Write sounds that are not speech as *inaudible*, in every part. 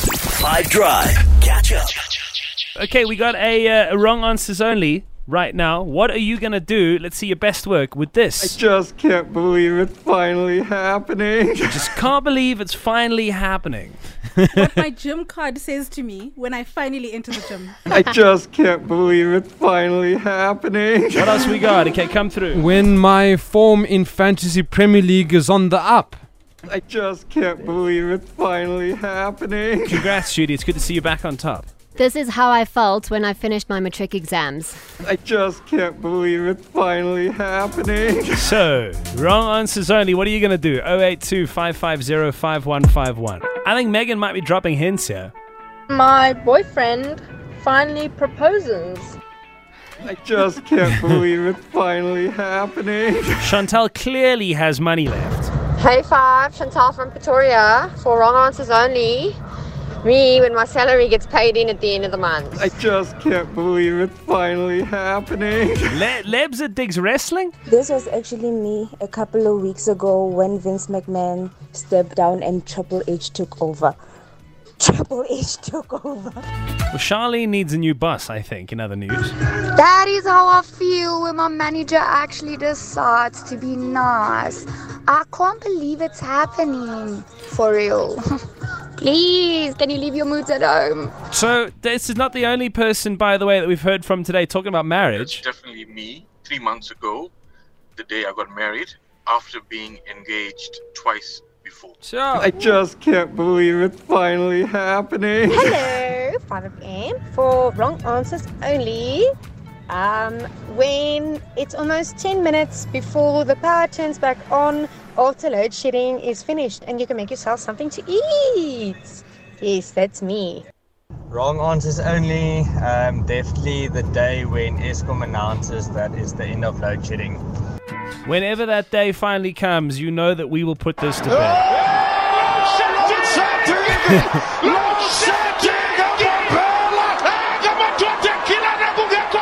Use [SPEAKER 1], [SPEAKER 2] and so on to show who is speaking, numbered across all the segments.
[SPEAKER 1] Five Drive. Catch up.
[SPEAKER 2] Okay, we got a, uh, wrong answers only right now. What are you going to do? Let's see your best work with this.
[SPEAKER 3] Just can't believe it's finally happening.
[SPEAKER 2] Just can't believe it's finally happening.
[SPEAKER 4] what my gym card says to me when I finally enter the gym.
[SPEAKER 3] I just can't believe it's finally happening.
[SPEAKER 2] What else we got? Okay, come through.
[SPEAKER 5] When my form in Fantasy Premier League is on the up.
[SPEAKER 3] I just can't believe it's finally happening.
[SPEAKER 2] Congrats, Judy. It's good to see you back on top.
[SPEAKER 6] This is how I felt when I finished my matric exams.
[SPEAKER 3] I just can't believe it's finally happening.
[SPEAKER 2] So, wrong answers only. What are you going to do? 082 550 5151. I think Megan might be dropping hints here.
[SPEAKER 7] My boyfriend finally proposes.
[SPEAKER 3] I just can't believe it's finally happening.
[SPEAKER 2] Chantel clearly has money left.
[SPEAKER 8] Hey five, Chantal from Pretoria for wrong answers only. Me when my salary gets paid in at the end of the month.
[SPEAKER 3] I just can't believe it's finally happening.
[SPEAKER 2] Le- Lebs at Digs Wrestling?
[SPEAKER 9] This was actually me a couple of weeks ago when Vince McMahon stepped down and Triple H took over. Triple H took over.
[SPEAKER 2] Well, Charlene needs a new bus, I think, in other news.
[SPEAKER 10] That is how I feel when my manager actually decides to be nice. I can't believe it's happening. For real. *laughs* Please, can you leave your moods at home?
[SPEAKER 2] So, this is not the only person, by the way, that we've heard from today talking about
[SPEAKER 11] It's
[SPEAKER 2] marriage.
[SPEAKER 11] definitely me. Three months ago, the day I got married, after being engaged twice before.
[SPEAKER 5] Sure.
[SPEAKER 3] I just can't believe it's finally happening.
[SPEAKER 8] Hello, 5FM for wrong answers only. Um, when it's almost 10 minutes before the power turns back on after load shedding is finished and you can make yourself something to eat. Yes, that's me.
[SPEAKER 12] Wrong answers only. Um, definitely the day when ESCOM announces that is the end of load shedding.
[SPEAKER 2] Whenever that day finally comes, you know that we will put this to bed.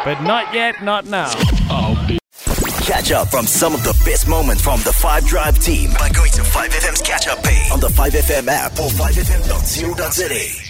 [SPEAKER 2] But not yet, not now.
[SPEAKER 1] Catch up from some of the best moments from the Five Drive team by going to 5FM's catch up page on the 5FM app or 5FM.co.za.